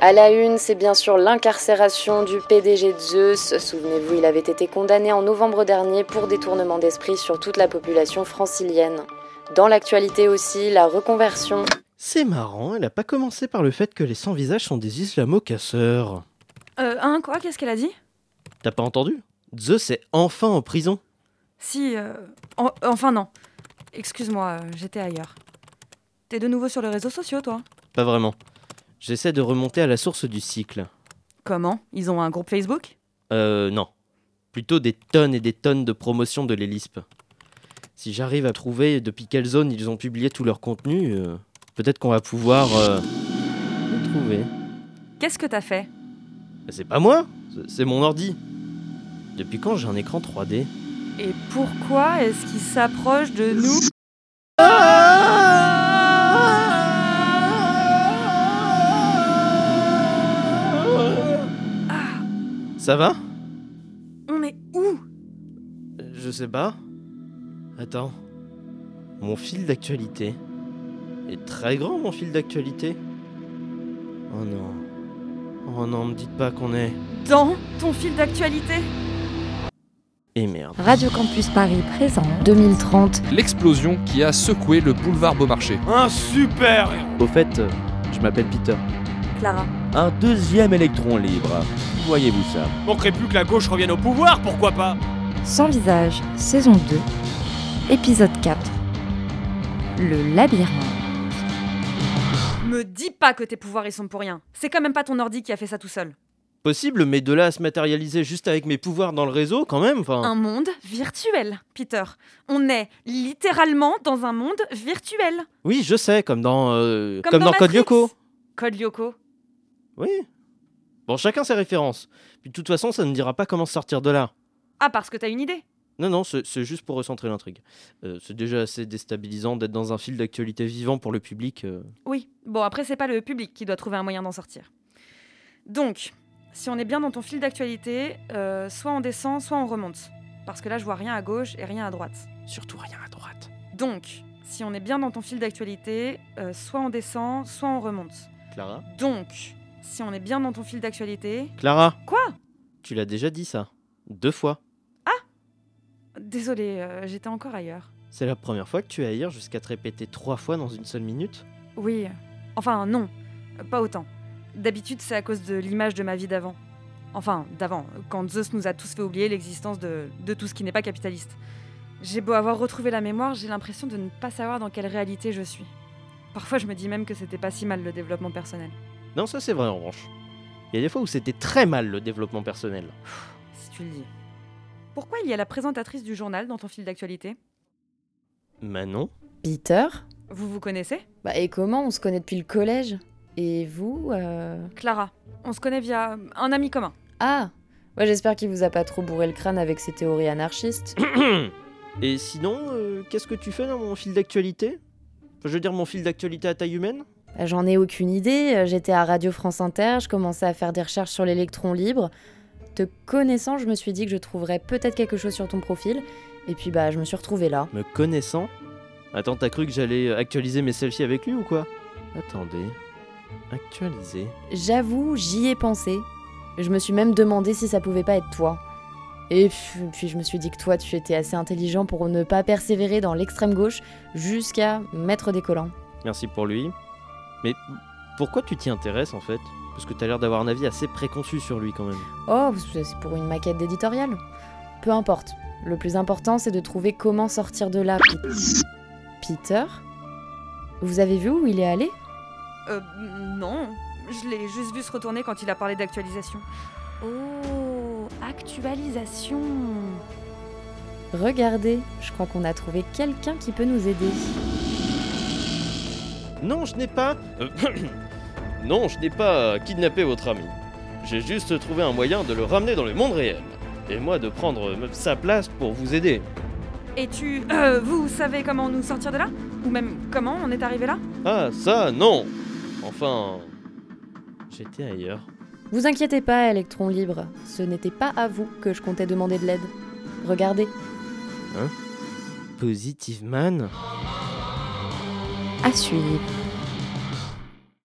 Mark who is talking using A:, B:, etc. A: À la une, c'est bien sûr l'incarcération du PDG de Zeus. Souvenez-vous, il avait été condamné en novembre dernier pour détournement d'esprit sur toute la population francilienne. Dans l'actualité aussi, la reconversion.
B: C'est marrant, elle n'a pas commencé par le fait que les sans-visages sont des islamo-casseurs.
C: Euh, hein, quoi Qu'est-ce qu'elle a dit
B: T'as pas entendu Zeus est enfin en prison.
C: Si, euh, en- enfin non. Excuse-moi, euh, j'étais ailleurs. T'es de nouveau sur les réseaux sociaux, toi
B: Pas vraiment. J'essaie de remonter à la source du cycle.
C: Comment Ils ont un groupe Facebook
B: Euh, non. Plutôt des tonnes et des tonnes de promotions de l'Hélispe. Si j'arrive à trouver depuis quelle zone ils ont publié tout leur contenu, euh, peut-être qu'on va pouvoir euh, le trouver.
C: Qu'est-ce que t'as fait
B: Mais c'est pas moi, c'est- c'est mon ordi. Depuis quand j'ai un écran 3D
C: Et pourquoi est-ce qu'ils s'approchent de nous Ah,
B: Ça va
C: on est où
B: Je sais pas. Attends. Mon fil d'actualité. Est très grand mon fil d'actualité. Oh non. Oh non, me dites pas qu'on est.
C: Dans ton fil d'actualité
B: Et Eh merde.
A: Radio Campus Paris présent 2030.
D: L'explosion qui a secoué le boulevard Beaumarchais.
E: Un super
F: Au fait, euh, je m'appelle Peter.
C: Clara.
G: Un deuxième électron libre. Voyez-vous ça
E: Manquerait plus que la gauche revienne au pouvoir, pourquoi pas
H: Sans visage, saison 2, épisode 4. Le labyrinthe.
C: Me dis pas que tes pouvoirs ils sont pour rien. C'est quand même pas ton ordi qui a fait ça tout seul.
B: Possible, mais de là à se matérialiser juste avec mes pouvoirs dans le réseau quand même, enfin.
C: Un monde virtuel, Peter. On est littéralement dans un monde virtuel.
B: Oui, je sais, comme dans. euh,
C: Comme,
B: comme dans, Code
C: Matrix.
B: Lyoko.
C: Code Lyoko.
B: Oui. Bon, chacun ses références. Puis de toute façon, ça ne dira pas comment sortir de là.
C: Ah, parce que t'as une idée.
B: Non, non, c'est c'est juste pour recentrer l'intrigue. Euh, c'est déjà assez déstabilisant d'être dans un fil d'actualité vivant pour le public. euh.
C: Oui. Bon, après, c'est pas le public qui doit trouver un moyen d'en sortir. Donc, si on est bien dans ton fil d'actualité, euh, soit on descend, soit on remonte. Parce que là, je vois rien à gauche et rien à droite.
B: Surtout rien à droite.
C: Donc, si on est bien dans ton fil d'actualité, euh, soit on descend, soit on remonte.
B: Clara
C: Donc, si on est bien dans ton fil d'actualité.
B: Clara
C: Quoi
B: Tu l'as déjà dit ça. Deux fois.
C: Désolée, euh, j'étais encore ailleurs.
B: C'est la première fois que tu es ailleurs jusqu'à te répéter trois fois dans une seule minute
C: Oui. euh, Enfin, non. euh, Pas autant. D'habitude, c'est à cause de l'image de ma vie d'avant. Enfin, d'avant, quand Zeus nous a tous fait oublier l'existence de, de tout ce qui n'est pas capitaliste. J'ai beau avoir retrouvé la mémoire, j'ai l'impression de ne pas savoir dans quelle réalité je suis. Parfois, je me dis même que c'était pas si mal le développement personnel.
B: Non, ça c'est vrai en revanche. Il y a des fois où c'était très mal le développement personnel.
C: Si tu le dis. Pourquoi il y a la présentatrice du journal dans ton fil d'actualité
B: Manon
A: Peter
C: Vous vous connaissez
A: Bah et comment On se connaît depuis le collège. Et vous euh,
C: Clara. On se connaît via euh, un ami commun.
A: Ah Ouais, j'espère qu'il vous a pas trop bourré le crâne avec ses théories anarchistes.
B: Et sinon, euh, qu'est-ce que tu fais dans mon fil d'actualité Enfin, Je veux dire mon fil d'actualité à taille humaine
A: Bah, J'en ai aucune idée, euh, j'étais à Radio France Inter, je commençais à faire des recherches sur l'électron libre. Te connaissant, je me suis dit que je trouverais peut-être quelque chose sur ton profil, et puis bah je me suis retrouvée là.
B: Me connaissant Attends, t'as cru que j'allais actualiser mes selfies avec lui ou quoi Attendez. Actualiser
A: J'avoue, j'y ai pensé. Je me suis même demandé si ça pouvait pas être toi. Et puis, puis je me suis dit que toi, tu étais assez intelligent pour ne pas persévérer dans l'extrême gauche jusqu'à mettre des collants.
B: Merci pour lui. Mais pourquoi tu t'y intéresses en fait Parce que t'as l'air d'avoir un avis assez préconçu sur lui quand même.
A: Oh, c'est pour une maquette d'éditorial. Peu importe. Le plus important, c'est de trouver comment sortir de là. Pe- Peter Vous avez vu où il est allé
C: Euh, non. Je l'ai juste vu se retourner quand il a parlé d'actualisation. Oh, actualisation.
A: Regardez, je crois qu'on a trouvé quelqu'un qui peut nous aider.
B: Non, je n'ai pas. euh, non, je n'ai pas kidnappé votre ami. J'ai juste trouvé un moyen de le ramener dans le monde réel. Et moi de prendre euh, sa place pour vous aider.
C: Et tu... euh, vous savez comment nous sortir de là Ou même comment on est arrivé là
B: Ah, ça, non Enfin. J'étais ailleurs.
A: Vous inquiétez pas, Electron Libre, ce n'était pas à vous que je comptais demander de l'aide. Regardez.
B: Positive Man
H: À suivre.